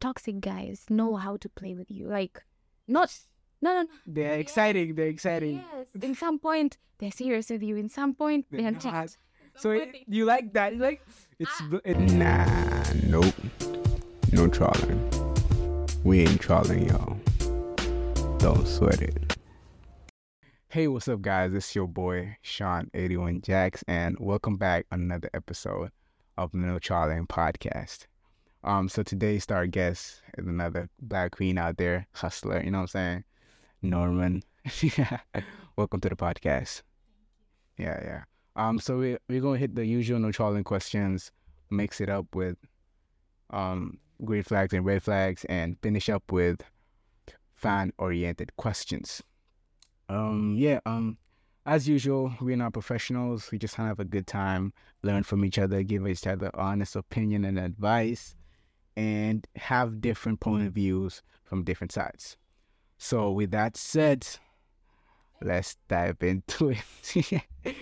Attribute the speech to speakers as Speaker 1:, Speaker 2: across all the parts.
Speaker 1: toxic guys know how to play with you. Like, not, no, no, no.
Speaker 2: They're exciting. They're exciting.
Speaker 1: Yes. In some point, they're serious with you. In some point,
Speaker 2: They're
Speaker 1: they're
Speaker 2: not.
Speaker 1: not.
Speaker 2: So it, you like that? You like it's bl- it,
Speaker 3: Nah, nope. No trawling. We ain't trawling, y'all. Don't sweat it. Hey, what's up, guys? It's your boy Sean81 Jax, and welcome back on another episode of the No Trawling Podcast. Um, so today's star guest is another black queen out there, hustler. You know what I'm saying? Norman. welcome to the podcast. Yeah, yeah. Um, so we we're gonna hit the usual no trawling questions, mix it up with um green flags and red flags, and finish up with fan oriented questions. Um, yeah, um, as usual, we're not professionals. We just have a good time, learn from each other, give each other honest opinion and advice, and have different point of views from different sides. So with that said, let's dive into it.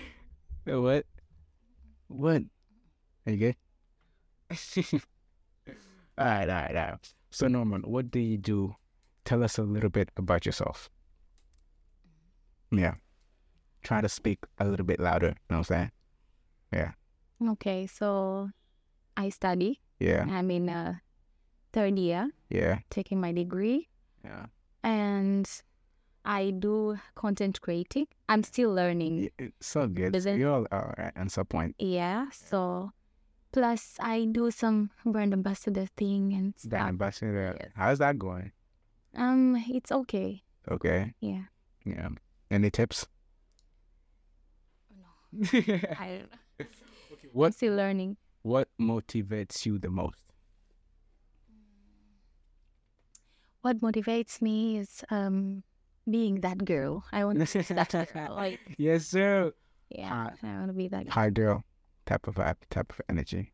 Speaker 3: Wait, what? What? Are you good? all right, all right, all right. So, Norman, what do you do? Tell us a little bit about yourself. Yeah. Try to speak a little bit louder. You know what I'm saying?
Speaker 1: Okay, so I study.
Speaker 3: Yeah.
Speaker 1: I'm in uh, third year,
Speaker 3: Yeah.
Speaker 1: taking my degree,
Speaker 3: Yeah.
Speaker 1: and I do content creating. I'm still learning.
Speaker 3: Y- It's so good.
Speaker 1: Doesn't-
Speaker 3: You all are at on some point.
Speaker 1: Yeah, so plus I do some brand ambassador thing and
Speaker 3: That
Speaker 1: stuff.
Speaker 3: ambassador.
Speaker 1: yes.
Speaker 3: How's that going?
Speaker 1: Um, it's okay.
Speaker 3: Okay.
Speaker 1: Yeah.
Speaker 3: Yeah. Any tips? Eh.
Speaker 1: I don't know. I'm
Speaker 3: What
Speaker 1: still learning.
Speaker 3: What motivates you the most?
Speaker 1: What motivates me is um being that girl. I want to be that girl. Like
Speaker 3: yes, sir.
Speaker 1: yeah,
Speaker 3: Hot.
Speaker 1: I want to be that.
Speaker 3: hard girl type of vibe, type of energy.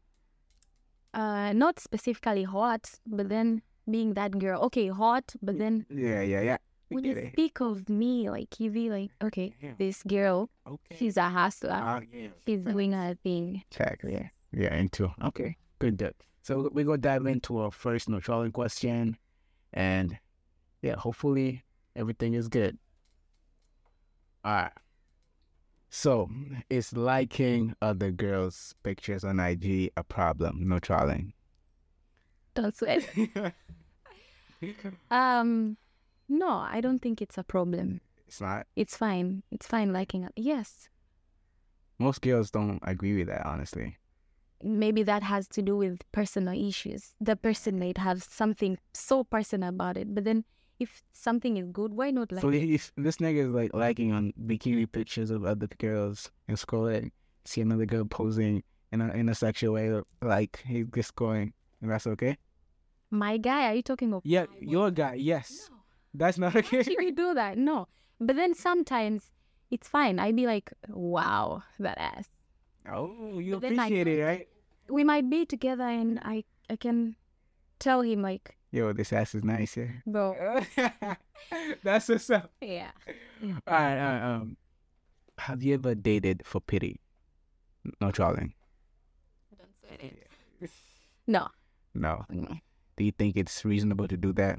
Speaker 1: Uh, not specifically hot, but then being that girl. Okay, hot, but then
Speaker 3: Yeah, yeah, yeah. We
Speaker 1: when
Speaker 3: get
Speaker 1: you
Speaker 3: it.
Speaker 1: speak of me, like you be like, okay,
Speaker 3: Yeah.
Speaker 1: this girl,
Speaker 3: Okay.
Speaker 1: she's a hustler.
Speaker 3: Ah, yeah.
Speaker 1: she's doing her thing.
Speaker 3: Exactly. Yeah. Yeah, into. Okay. Good duck. So we're gonna dive into our first no trolling question and yeah, hopefully everything is good. Alright. So is liking other girls' pictures on IG a problem? No trolling.
Speaker 1: Don't sweat. Um, no, I don't think it's a problem.
Speaker 3: it's not.
Speaker 1: It's fine. It's fine liking it. Yes.
Speaker 3: Most girls don't agree with that, honestly.
Speaker 1: Maybe that has to do with personal issues. The person might have something so personal about it, but then if something is good, why not like
Speaker 3: so if this nigga is like liking on bikini pictures of other girls and scrolling, see another girl posing in a in a sexual way, like he's just going, and that's okay.
Speaker 1: my guy? Are you talking of?
Speaker 3: Yeah, your guy, yes, that's not okay.
Speaker 1: Should we do that? No. But then sometimes it's fine. I'd be like, wow, that ass.
Speaker 3: Oh, you
Speaker 1: But then I
Speaker 3: appreciate it, right?
Speaker 1: we might be together and I I can tell him like,
Speaker 3: Yo, this ass is nice.
Speaker 1: bro,
Speaker 3: Yeah, that's what's up.
Speaker 1: yeah.
Speaker 3: All right, all right, um, have you ever dated for pity? No trolling.
Speaker 1: No.
Speaker 3: No. Do you think it's reasonable to do that?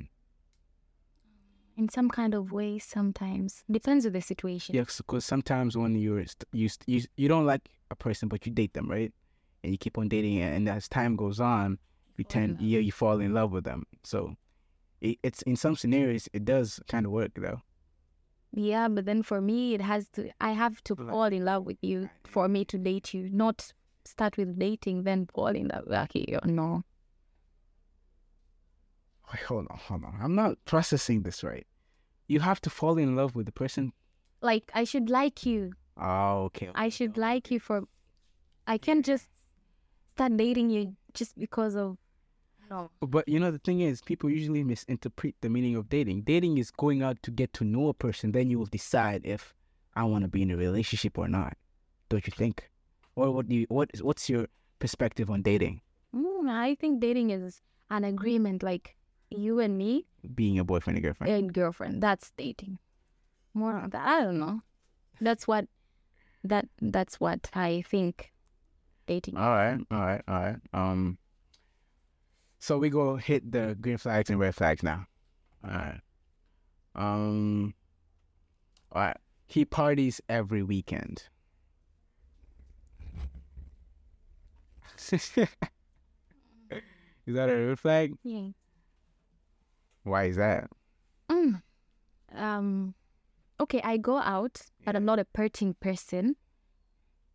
Speaker 1: In some kind of way sometimes. Depends on the situation.
Speaker 3: Yes, because sometimes when you're st- you, st- you you don't like a person, but you date them, right? And you keep on dating, and, and as time goes on, you
Speaker 1: fall in
Speaker 3: tend yeah you fall in love with them. So it, it's in some scenarios it does kind of work though.
Speaker 1: Yeah, but then for me it has to I have to
Speaker 3: Like-
Speaker 1: fall in love with you for me to date you, not start with dating, then fall in love. Okay, no.
Speaker 3: Wait, hold on, hold on. I'm not processing this right. You have to fall in love with the person.
Speaker 1: Like I should like you.
Speaker 3: Oh, okay.
Speaker 1: I should like you for I can't just start dating you just because of no.
Speaker 3: But you know the thing is, people usually misinterpret the meaning of dating. Dating is going out to get to know a person, then you will decide if I want to be in a relationship or not. Don't you think? Or what do you what is what's your perspective on dating?
Speaker 1: Mm, I think dating is an agreement, like you and me
Speaker 3: Being a boyfriend and girlfriend.
Speaker 1: and girlfriend. That's dating. More of that, I don't know. That's what that that's what I think dating.
Speaker 3: Uh, All right, all right, all right. Um, So we go hit the green flags and red flags now. All right. Um. All right. He parties every weekend. Is that a red flag?
Speaker 1: Yeah.
Speaker 3: Why is that?
Speaker 1: Mm. Um, okay, I go out, but I'm not a partying person,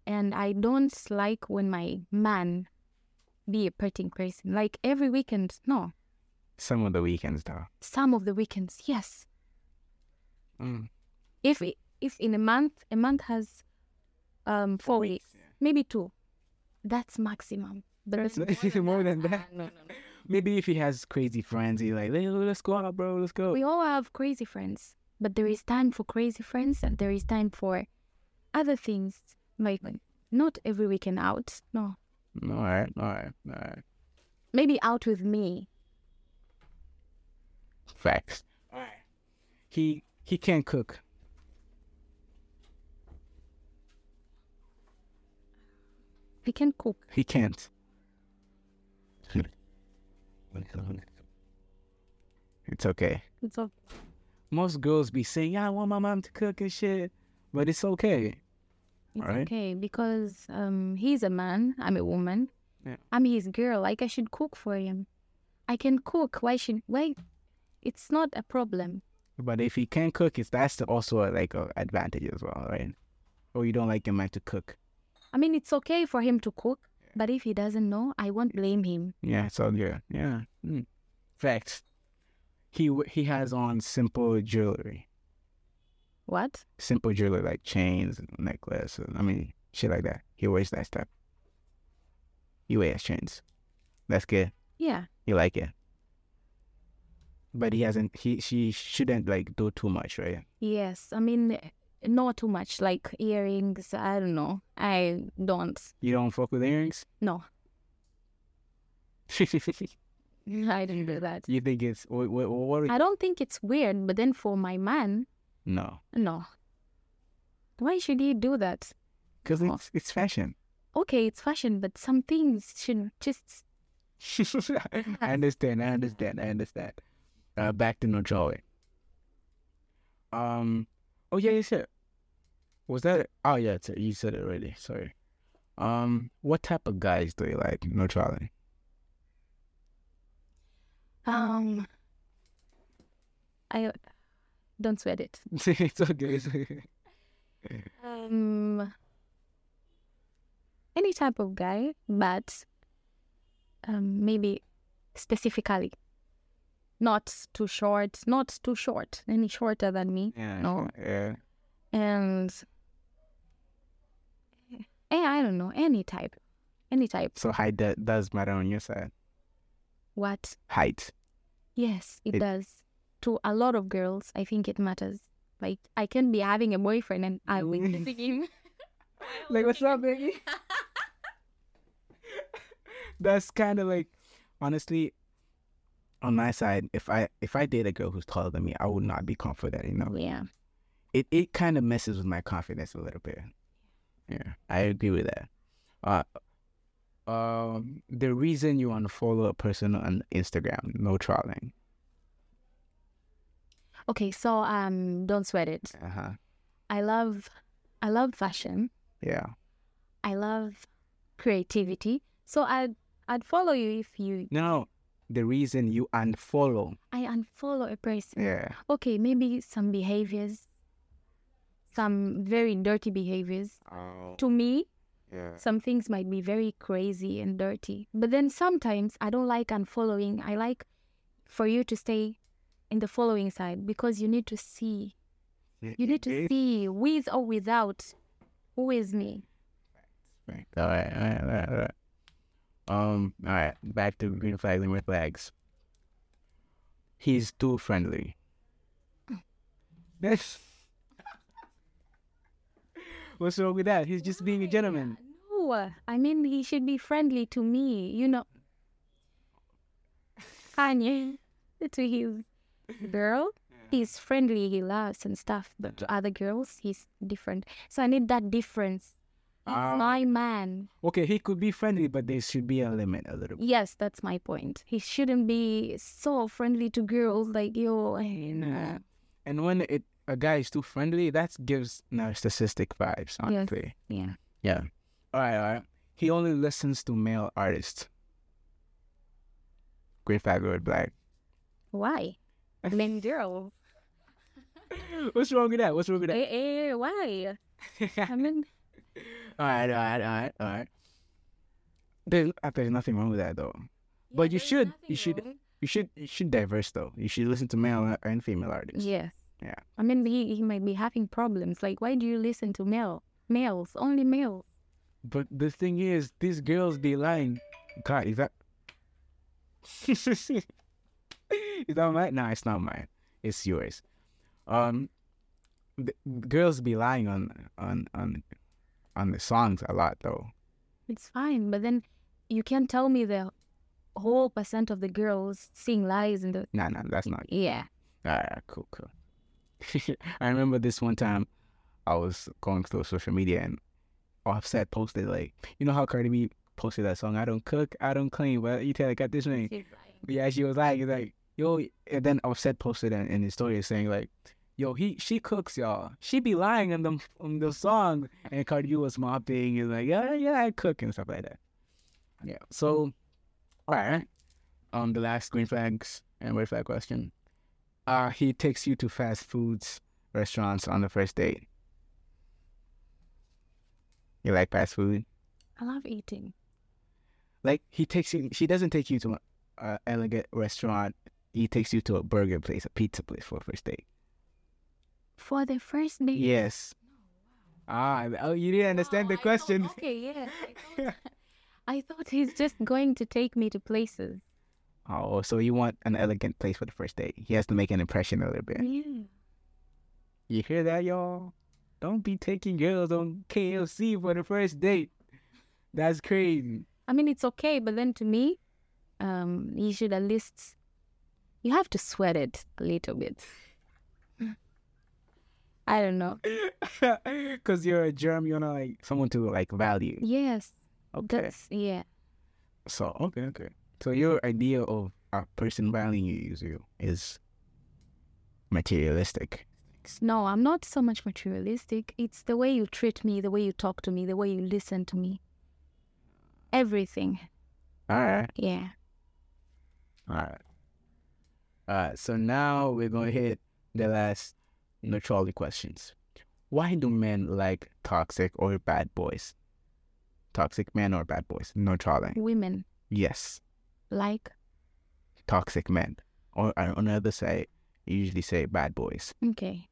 Speaker 1: and I don't like when my man be a partying person. Like every weekend, no.
Speaker 3: Some of the weekends, though.
Speaker 1: Some of the weekends, yes.
Speaker 3: Mm.
Speaker 1: If i- if in a month, a month has um four, weeks, maybe two. That's maximum. But
Speaker 2: That's
Speaker 1: the-
Speaker 2: more than, that.
Speaker 1: Uh, no, no, no.
Speaker 3: Maybe if he has crazy friends, he like, "Hey, let's go out, bro. Let's go.
Speaker 1: We all have crazy friends, but there is time for crazy friends and there is time for other things. Like not every weekend out. No,
Speaker 3: All right. All right. All right.
Speaker 1: maybe out with me.
Speaker 3: Facts. All right. He he can't cook.
Speaker 1: We can cook.
Speaker 3: He can't. It's okay.
Speaker 1: It's all
Speaker 3: Most girls be saying, "I want my mom to cook and shit," but it's okay.
Speaker 1: it's
Speaker 3: Alright.
Speaker 1: okay because um he's a man. I'm a woman.
Speaker 3: Yeah.
Speaker 1: I'm his girl. Like I should cook for him. I can cook. Why should why? It's not a problem.
Speaker 3: But if he can cook, it's that's also a, like a advantage as well, right? Or you don't like your man to cook.
Speaker 1: I mean, it's okay for him to cook, but if he doesn't know, I won't blame him.
Speaker 3: Yeah, so yeah, yeah. Mm. Facts. He w- he has on simple jewelry,
Speaker 1: What?
Speaker 3: simple jewelry like chains, and necklace. and- I mean, shit like that. He wears that stuff. He wears chains. That's good.
Speaker 1: Yeah.
Speaker 3: You like it. But he hasn't. He she shouldn't like do too much, right?
Speaker 1: Yes, I mean, eh, not too much like earrings. I don't know. I don't.
Speaker 3: You don't fuck with earrings.
Speaker 1: No,
Speaker 3: you
Speaker 1: I don't do that.
Speaker 3: think it's what? What? what
Speaker 1: I don't think it's weird, but then for my man,
Speaker 3: no,
Speaker 1: no. Why should he do that?
Speaker 3: because it's, it's fashion.
Speaker 1: Okay, it's fashion, but some things should just.
Speaker 3: I understand. I understand. I understand. Uh, back to Nojali. Um. Oh yeah, yes sir. Was that? It? Oh yeah, it's it. you said it already. Sorry. Um. What type of guys do you like, Nojali?
Speaker 1: Um, I don't sweat it.
Speaker 3: it's okay. It's okay.
Speaker 1: Um, any type of guy, but um, maybe specifically, not too short, not too short, any shorter than me,
Speaker 3: Yeah.
Speaker 1: No.
Speaker 3: Yeah.
Speaker 1: and eh, I don't know, any type, any type.
Speaker 3: So height do- does matter on your side.
Speaker 1: What?
Speaker 3: Height.
Speaker 1: Yes, it,
Speaker 3: It-
Speaker 1: does. To a lot of girls, I think it matters. Like I can be having a boyfriend and I will be him.
Speaker 2: Like, what's up, baby?
Speaker 3: That's kind of like, honestly, on my side, if I if I date a girl who's taller than me, I would not be confident. You know,
Speaker 1: Yeah.
Speaker 3: it it kind of messes with my confidence a little bit. Yeah, I agree with that. Uh, um, the reason you unfollow a person on Instagram, no trolling.
Speaker 1: Okay, so um, don't sweat it.
Speaker 3: Uh huh.
Speaker 1: I love I love fashion.
Speaker 3: Yeah.
Speaker 1: I love creativity. So I'd I'd follow you if you
Speaker 3: No, the reason you unfollow.
Speaker 1: I unfollow a person.
Speaker 3: Yeah.
Speaker 1: Okay, maybe some behaviors, some very dirty behaviors.
Speaker 3: Oh.
Speaker 1: To me,
Speaker 3: Yeah.
Speaker 1: some things might be very crazy and dirty. But then sometimes I don't like unfollowing. I like for you to stay in the following side because you need to see. You need to see with or without who is me.
Speaker 3: Right. All right, all right, all right, all right. Um, all right. Back to green flags and red flags. He's too friendly. That's what's wrong with that? He's just being a gentleman.
Speaker 1: No, I mean he should be friendly to me. You know, Kanye to his girl, he's friendly. He laughs and stuff. But to other girls, he's different. So I need that difference.
Speaker 3: Um,
Speaker 1: my man.
Speaker 3: okay, he could be friendly, but there should be a limit a little bit.
Speaker 1: Yes, that's my point. He shouldn't be so friendly to girls. Like yo, eh, nah.
Speaker 3: And when it a guy is too friendly, that gives narcissistic vibes, honestly.
Speaker 1: yeah.
Speaker 3: Yeah. All right, all right. He only listens to male artists. Green Flag Red Black.
Speaker 1: Why? Men girls.
Speaker 3: What's wrong with that? What's wrong with that?
Speaker 1: Eh, eh, why? I mean,
Speaker 3: all right, all right, all right, all right. There's, uh, there's nothing wrong with that though. But you should- you should- You should you should diverse though. You should listen to male a- and female artists.
Speaker 1: Yes.
Speaker 3: Yeah.
Speaker 1: I mean, he, he might be having problems. Like, why do you listen to male males only males?
Speaker 3: But the thing is, these girls be lying. God, is that is that mine? Nah, it's not mine. It's yours. Um, the, girls be lying on on on on the songs a lot though.
Speaker 1: It's fine, but then you can't tell me the whole percent of the girls sing lies in the
Speaker 3: Nah, nah, that's not.
Speaker 1: yeah.
Speaker 3: Ah, cool, cool. I remember this one time I was going through social media and Offset posted like, you know how Cardi B posted that song, I don't cook, I don't clean, but you tell I got this thing. Yeah, she was like, like, yo, and then Offset posted in, in his story saying like, yo, he she cooks y'all. She be lying on them on the song, and Cardi B was mopping and like, yeah, yeah, I cook and stuff like that. Yeah. So, all right. Um, the last green flags and red flag question. Uh, he takes you to fast foods restaurants on the first date. You like fast food?
Speaker 1: I love eating.
Speaker 3: Like he takes you. She doesn't take you to an elegant restaurant. He takes you to a burger place, a pizza place for a first date.
Speaker 1: For the first date.
Speaker 3: Yes. Ah, oh, you didn't understand
Speaker 1: Wow,
Speaker 3: the
Speaker 1: I thought-
Speaker 3: question.
Speaker 1: okay, yeah. I thought, I thought he's just going to take me to places.
Speaker 3: Oh, so you want an elegant place for the first date? He has to make an impression a little bit.
Speaker 1: Yeah.
Speaker 3: You hear that, y'all? Don't be taking girls on KFC for the first date. That's crazy.
Speaker 1: I mean, it's okay, but then to me, um, you should at least you have to sweat it a little bit. I don't know.
Speaker 3: Cause you're a germ, you wanna like someone to like value.
Speaker 1: Yes,
Speaker 3: Okay.
Speaker 1: that's yeah.
Speaker 3: So okay, okay. So
Speaker 1: Mm-hmm.
Speaker 3: your idea of a person valuing you is you is materialistic.
Speaker 1: S- No, I'm not so much materialistic. It's the way you treat me, the way you talk to me, the way you listen to me. Everything.
Speaker 3: All right,
Speaker 1: Yeah.
Speaker 3: all right, all right. So now we're gonna hit the last no trolley questions. Why do men like toxic or bad boys? Toxic men or bad boys? No trolling.
Speaker 1: Women
Speaker 3: Yes,
Speaker 1: like
Speaker 3: toxic men. Or uh, on the other side, you usually say bad boys.
Speaker 1: okay,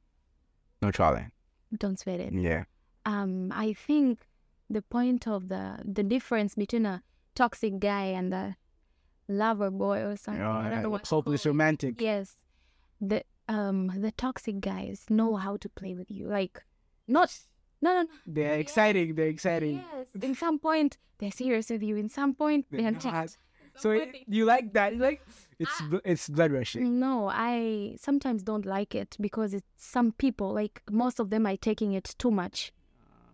Speaker 3: No trolling.
Speaker 1: don't sweat it.
Speaker 3: Yeah.
Speaker 1: um i think the point of the the difference between a toxic guy and a lover boy or something i don't know what to
Speaker 3: hopeless
Speaker 1: call it.
Speaker 3: romantic.
Speaker 1: yes the um the toxic guys know how to play with you like not no no, no.
Speaker 3: They're
Speaker 1: Yes.
Speaker 3: exciting. They're exciting.
Speaker 1: yes in some point they're serious with you in some point
Speaker 3: They're
Speaker 1: they're
Speaker 3: not.
Speaker 1: not
Speaker 3: So it, you like that? You like it's
Speaker 1: Ah.
Speaker 3: bl- it's blood rushing.
Speaker 1: no i sometimes don't like it because it's some people like most of them are taking it too much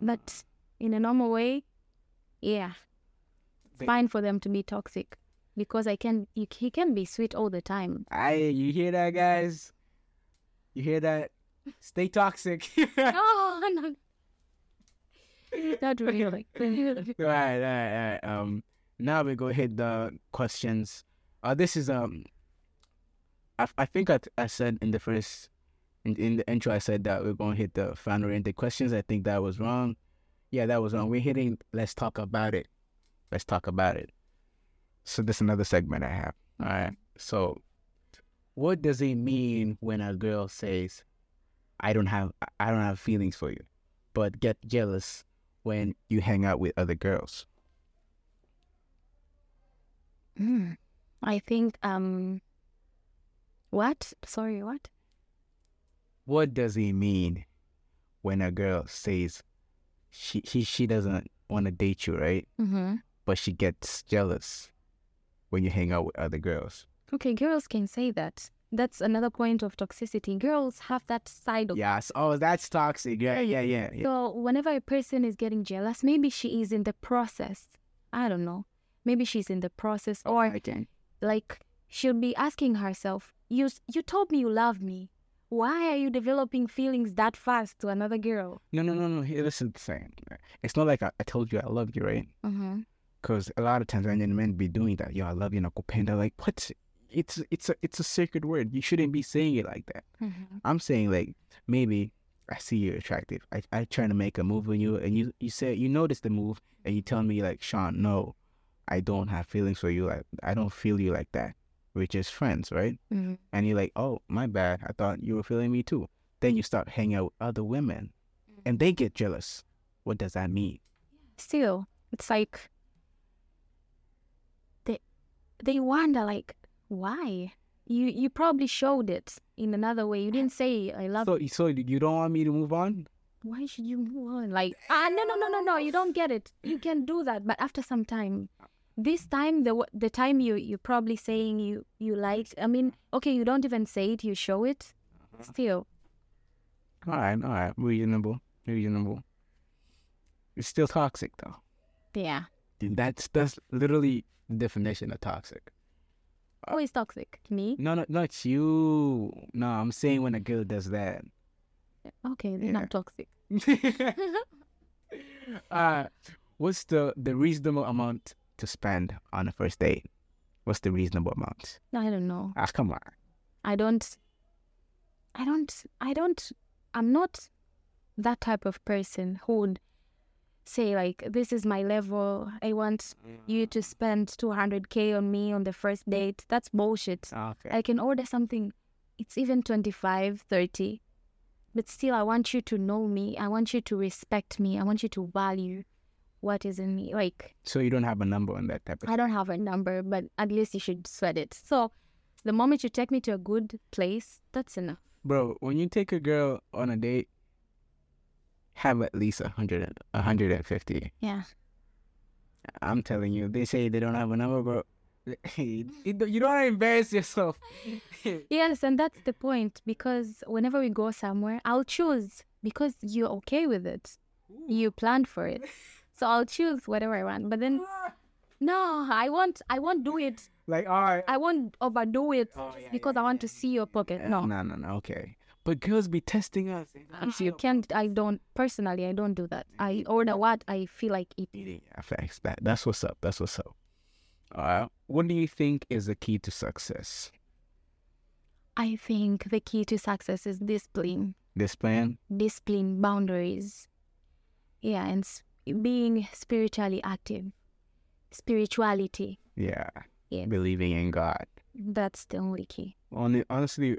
Speaker 1: but in a normal way yeah
Speaker 3: They-
Speaker 1: fine for them to be toxic because I can you, he can be sweet all the time.
Speaker 3: I you hear that, guys? You hear that? Stay toxic. all
Speaker 1: No, Oh, no, not really.
Speaker 3: right, all right, all right. Um, now we go hit the questions. Uh, this is um, I, I think I, I said in the first in, in the intro I said that we're gonna hit the fan oriented questions. I think that was wrong. Yeah, that was wrong. We're hitting. Let's talk about it. Let's talk about it. So this is another segment I have. All right. So, what does it mean when a girl says, "I don't have I don't have feelings for you," but get jealous when you hang out with other girls?
Speaker 1: Mm. I think um, what? Sorry, what?
Speaker 3: What does it mean when a girl says she she, she doesn't want to date you, right?
Speaker 1: Mm-hmm.
Speaker 3: But she gets jealous when you hang out with other girls.
Speaker 1: Okay, girls can say that. That's another point of toxicity. Girls have that side of
Speaker 3: Yes. Oh, that's toxic. Yeah, yeah, yeah. yeah.
Speaker 1: So whenever a person is getting jealous, maybe she is in the process. I don't know. Maybe she's in the process or
Speaker 3: Okay.
Speaker 1: like she'll be asking herself, "You s- you told me you love me. Why are you developing feelings that fast to another girl?"
Speaker 3: No, no, no, no. Here, listen, saying it's not like I, I told you I love you, right?
Speaker 1: Uh-huh.
Speaker 3: Because a lot of Tanzanian men be doing that. Yo, I love you, nakupenda. Like, what? It's it's a it's a sacred word. You shouldn't be saying it like that. I'm saying like maybe I see you attractive. I I trying to make a move on you, and you you say you notice the move, and you tell me like Sean, no, I don't have feelings for you. Like I don't feel you like that. We're just friends, right?
Speaker 1: Mhm.
Speaker 3: And you're like, oh my bad. I thought you were feeling me too. Then you start hanging out with other women, and they get jealous. What does that mean?
Speaker 1: Still, it's like they they wonder like why you you probably showed it in another way. You didn't say I love.
Speaker 3: So so you don't want me to move on?
Speaker 1: why should you move on? Like, ah, no, no, no, no, no, you don't get it. You can do that, but after some time, this time the w- the time you you're probably saying you you liked. I mean, okay, you don't even say it, you show it. Still,
Speaker 3: All right, all right, reasonable, reasonable. It's still toxic though.
Speaker 1: yeah,
Speaker 3: Dude, that's that's literally the definition of toxic.
Speaker 1: always Oh, toxic. Me,
Speaker 3: No, no, not you. No, I'm saying when a girl does that.
Speaker 1: okay, they're
Speaker 3: Yeah.
Speaker 1: not toxic.
Speaker 3: uh, what's the the reasonable amount to spend on a first date? What's the reasonable amount?
Speaker 1: I don't know.
Speaker 3: Ah, come on.
Speaker 1: I don't. I don't. I don't. I'm not that type of person who would say like, "This is my level. I want you to spend 200k on me on the first date." That's bullshit.
Speaker 3: Okay.
Speaker 1: I can order something. It's even 25, 30. But still, I want you to know me. I want you to respect me. I want you to value what is in me. Like,
Speaker 3: So you don't have a number on that type of.
Speaker 1: I don't have a number, but at least you should sweat it. So, the moment you take me to a good place, that's enough.
Speaker 3: Bro, when you take a girl on a date, have at least a hundred, and- a hundred and fifty.
Speaker 1: Yeah.
Speaker 3: I'm telling you, they say they don't have a number, bro. you don't you don't wanna embarrass yourself.
Speaker 1: Yes, and that's the point because whenever we go somewhere, I'll choose because you're okay with it. You planned for it. So, I'll choose whatever I want. But then, no, I won't. I won't do it
Speaker 3: like, all right.
Speaker 1: I won't overdo it
Speaker 3: Oh,
Speaker 1: just
Speaker 3: yeah,
Speaker 1: because
Speaker 3: yeah,
Speaker 1: I want
Speaker 3: yeah,
Speaker 1: to see your pocket. No,
Speaker 3: No, no, no. Okay. But girls be testing us. They don't
Speaker 1: you can't. I don't personally. I don't do that. I order what I feel like eating.
Speaker 3: eating. Yeah, facts. That that's what's up. That's what's up. All right. What do you think is the key to success?
Speaker 1: I think the key to success is discipline,
Speaker 3: This plan.
Speaker 1: discipline, boundaries. Yeah, and s- being spiritually active, spirituality.
Speaker 3: Yeah.
Speaker 1: Yeah.
Speaker 3: Believing in God.
Speaker 1: That's the only key.
Speaker 3: Hon- honestly,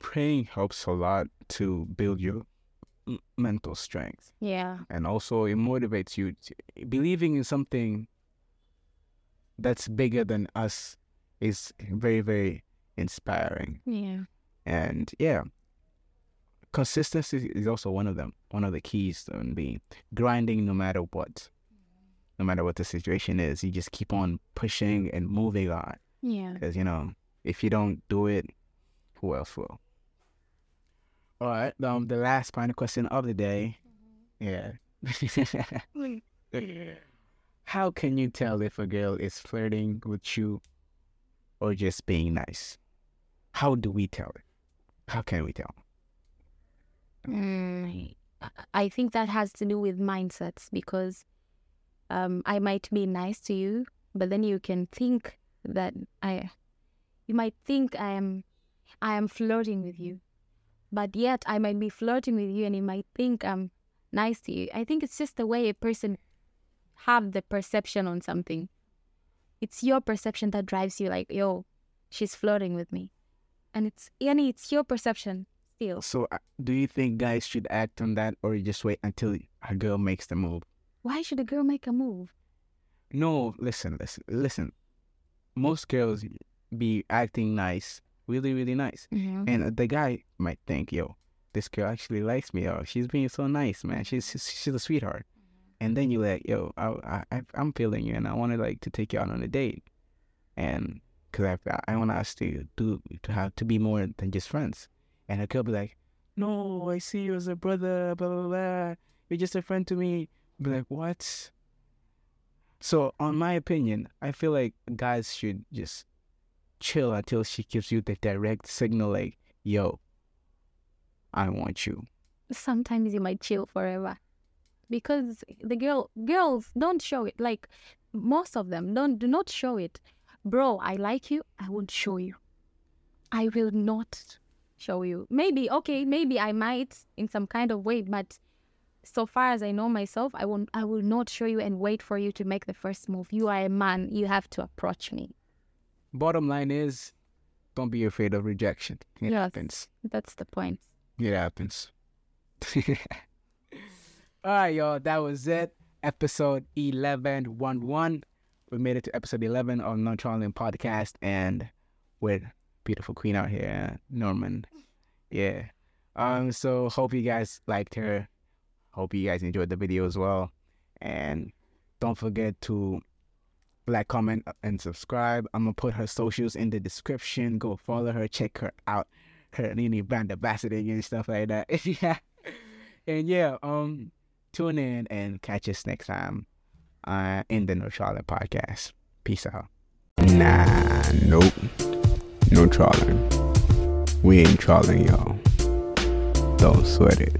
Speaker 3: praying helps a lot to build your m- mental strength.
Speaker 1: Yeah,
Speaker 3: and also it motivates you to, believing in something that's bigger than us is very very inspiring
Speaker 1: yeah,
Speaker 3: and yeah consistency is also one of them one of the keys to being grinding no matter what no matter what the situation is you just keep on pushing and moving on
Speaker 1: yeah.
Speaker 3: because you know if you don't do it who else will all right um the last final question of the day yeah Mm-hmm. How can you tell if a girl is flirting with you or just being nice? How do we tell it? How can we tell?
Speaker 1: Mm, I- I think that has to do with mindsets because um, I might be nice to you, but then you can think that I, you might think I am, I am flirting with you, but yet I might be flirting with you, and you might think I'm nice to you. I think it's just the way a person have the perception on something. It's your perception that drives you, like yo, she's flirting with me, and it's yani it's your perception still.
Speaker 3: So, uh, do you think guys should act on that or just wait until a girl makes the move?
Speaker 1: Why should a girl make a move?
Speaker 3: No, listen, listen, listen. Most girls be acting nice, really, really nice.
Speaker 1: Mm-hmm.
Speaker 3: And the guy might think, yo, this girl actually likes me. Oh, she's being so nice, man. She's she's, she's a sweetheart. And then you're like, yo, I, I, I- I'm feeling you and I wanted like to take you out on a date. And because I, I want us to do to have to be more than just friends. And I could be like, no, I see you as a brother, blah blah blah. You're just a friend to me. Be like, what? So, on my opinion, I feel like guys should just chill until she gives you the direct signal, like, yo, I want you.
Speaker 1: Sometimes you might chill forever because the girl girls don't show it. Like most of them don't do not show it. Bro, I like you. I won't show you. I will not show you. Maybe okay, maybe I might in some kind of way, but so far as I know myself, I won't I will not show you and wait for you to make the first move. You are a man. You have to approach me.
Speaker 3: Bottom line is, don't be afraid of rejection. It
Speaker 1: Yes.
Speaker 3: happens.
Speaker 1: That's the point.
Speaker 3: It happens. All right, y'all. That was it. Episode 11 1 1. We made it to episode 11 of Non Trolling Podcast and with beautiful queen out here, Norman. Yeah. Um. So, hope you guys liked her. Hope you guys enjoyed the video as well. And don't forget to like, comment, and subscribe. I'm going to put her socials in the description. Go follow her, check her out her Nini brand ambassador and stuff like that. yeah. And yeah, um, tune in and catch us next time uh, in the No Charlotte podcast. Peace out.
Speaker 4: Nah, nope. No trawling. We ain't trawling, y'all. Don't sweat it.